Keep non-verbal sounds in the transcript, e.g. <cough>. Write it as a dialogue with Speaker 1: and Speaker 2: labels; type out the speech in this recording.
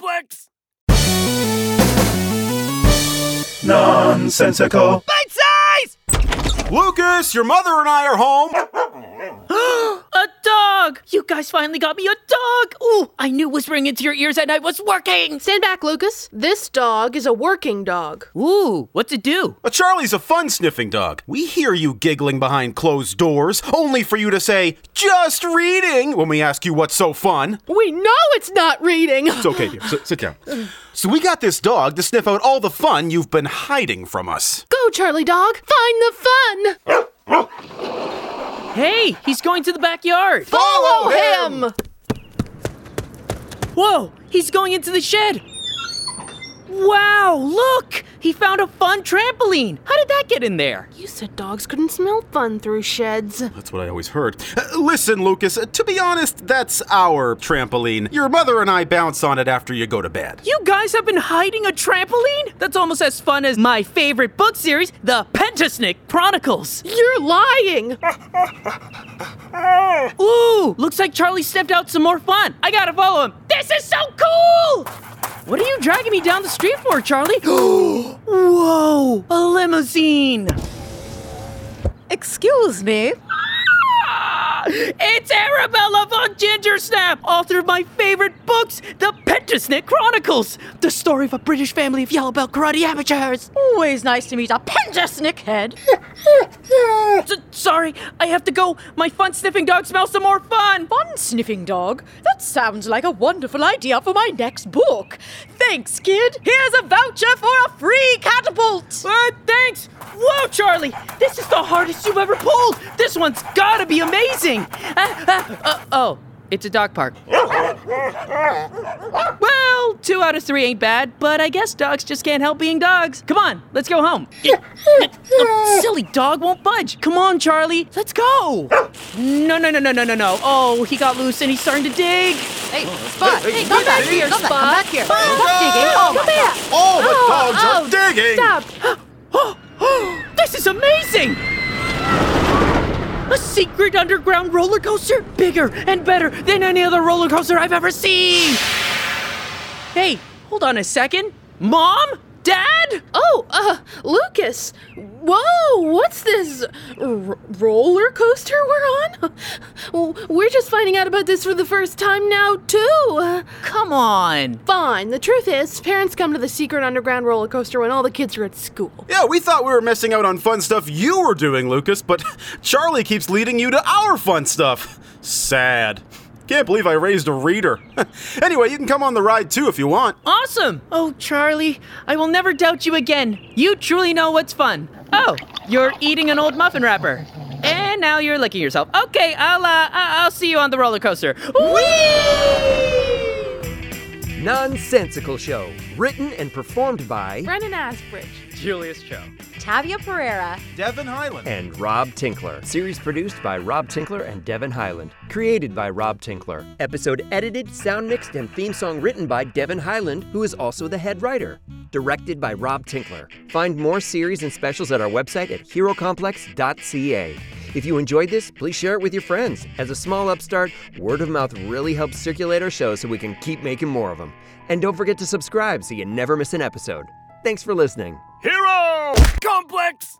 Speaker 1: works!
Speaker 2: Nonsensical.
Speaker 1: Bite size!
Speaker 3: Lucas, your mother and I are home.
Speaker 4: A dog! You guys finally got me a dog! Ooh, I knew whispering into your ears at night was working!
Speaker 5: Stand back, Lucas. This dog is a working dog.
Speaker 4: Ooh, what's it do?
Speaker 3: Uh, Charlie's a fun sniffing dog. We hear you giggling behind closed doors, only for you to say, just reading, when we ask you what's so fun.
Speaker 5: We know it's not
Speaker 6: <laughs>
Speaker 5: reading.
Speaker 3: It's okay, dear. Sit, sit down. So we got this dog to sniff out all the fun you've been hiding from us.
Speaker 5: Go, Charlie dog. Find the fun.
Speaker 4: Hey, he's going to the backyard!
Speaker 5: Follow him.
Speaker 4: Whoa, he's going into the shed! Wow, look! He found a fun trampoline! How did that get in there?
Speaker 5: You said dogs couldn't smell fun through sheds.
Speaker 3: That's what I always heard. Uh, Listen, Lucas, uh, to be honest, that's our trampoline. Your mother and I bounce on it after you go to bed.
Speaker 4: You guys have been hiding a trampoline? That's almost as fun as my favorite book series, The Pentasnick Chronicles.
Speaker 5: You're lying.
Speaker 4: Ooh, looks like Charlie stepped out some more fun. I gotta follow him. This is so cool! What are you dragging me down the street for, Charlie? <gasps> Whoa, a limousine!
Speaker 6: Excuse me.
Speaker 4: Ah, It's Arabella von Gingersnap, author of my favorite books, The Pentasnick Chronicles, the story of a British family of yellow belt karate amateurs.
Speaker 6: Always nice to meet a pentasnick head.
Speaker 4: S- sorry, I have to go. My fun sniffing dog smells some more fun.
Speaker 6: Fun sniffing dog? That sounds like a wonderful idea for my next book. Thanks, kid. Here's a voucher for a free catapult.
Speaker 4: Uh, thanks. Whoa, Charlie, this is the hardest you've ever pulled. This one's gotta be amazing. Ah, ah, uh, oh, it's a dog <laughs> park. Well, two out of three ain't bad, but I guess dogs just can't help being dogs. Come on, let's go home. Silly dog won't budge. Come on, Charlie, let's go. No, no, no, no, no, no, no. Oh, he got loose and he's starting to dig. <gasps>
Speaker 6: Hey, Spot. Hey, come back here, Spot. Come back here. Stop digging. Oh,
Speaker 3: All
Speaker 5: Come here.
Speaker 6: my
Speaker 3: the dogs
Speaker 5: oh,
Speaker 3: are digging!
Speaker 5: Stop.
Speaker 4: This is amazing! A secret underground roller coaster, bigger and better than any other roller coaster I've ever seen! Hey, hold on a second. Mom? Dad?
Speaker 5: Oh, uh, Lucas. Whoa, what's this r- roller coaster we're on? W- We're just finding out about this for the first time now, too.
Speaker 4: Come on.
Speaker 5: Fine. The truth is, parents come to the secret underground roller coaster when all the kids are at school.
Speaker 3: Yeah, we thought we were missing out on fun stuff you were doing, Lucas, but <laughs> Charlie keeps leading you to our fun stuff. Sad. Can't believe I raised a reader. <laughs> anyway, you can come on the ride too if you want.
Speaker 4: Awesome! Oh, Charlie, I will never doubt you again. You truly know what's fun. Oh, you're eating an old muffin wrapper. And now you're licking yourself. Okay, I'll, uh, I- I'll see you on the roller coaster. Whee!
Speaker 7: Nonsensical Show, written and performed by
Speaker 5: Brennan Asbridge.
Speaker 4: Julius Cho.
Speaker 6: Tavia Pereira.
Speaker 3: Devin Highland.
Speaker 7: and Rob Tinkler. Series produced by Rob Tinkler and Devin Highland. Created by Rob Tinkler. Episode edited, sound mixed, and theme song written by Devin Highland, who is also the head writer. Directed by Rob Tinkler. Find more series and specials at our website at herocomplex.ca. If you enjoyed this, please share it with your friends. As a small upstart, word of mouth really helps circulate our show so we can keep making more of them. And don't forget to subscribe so you never miss an episode. Thanks for listening.
Speaker 1: Complex!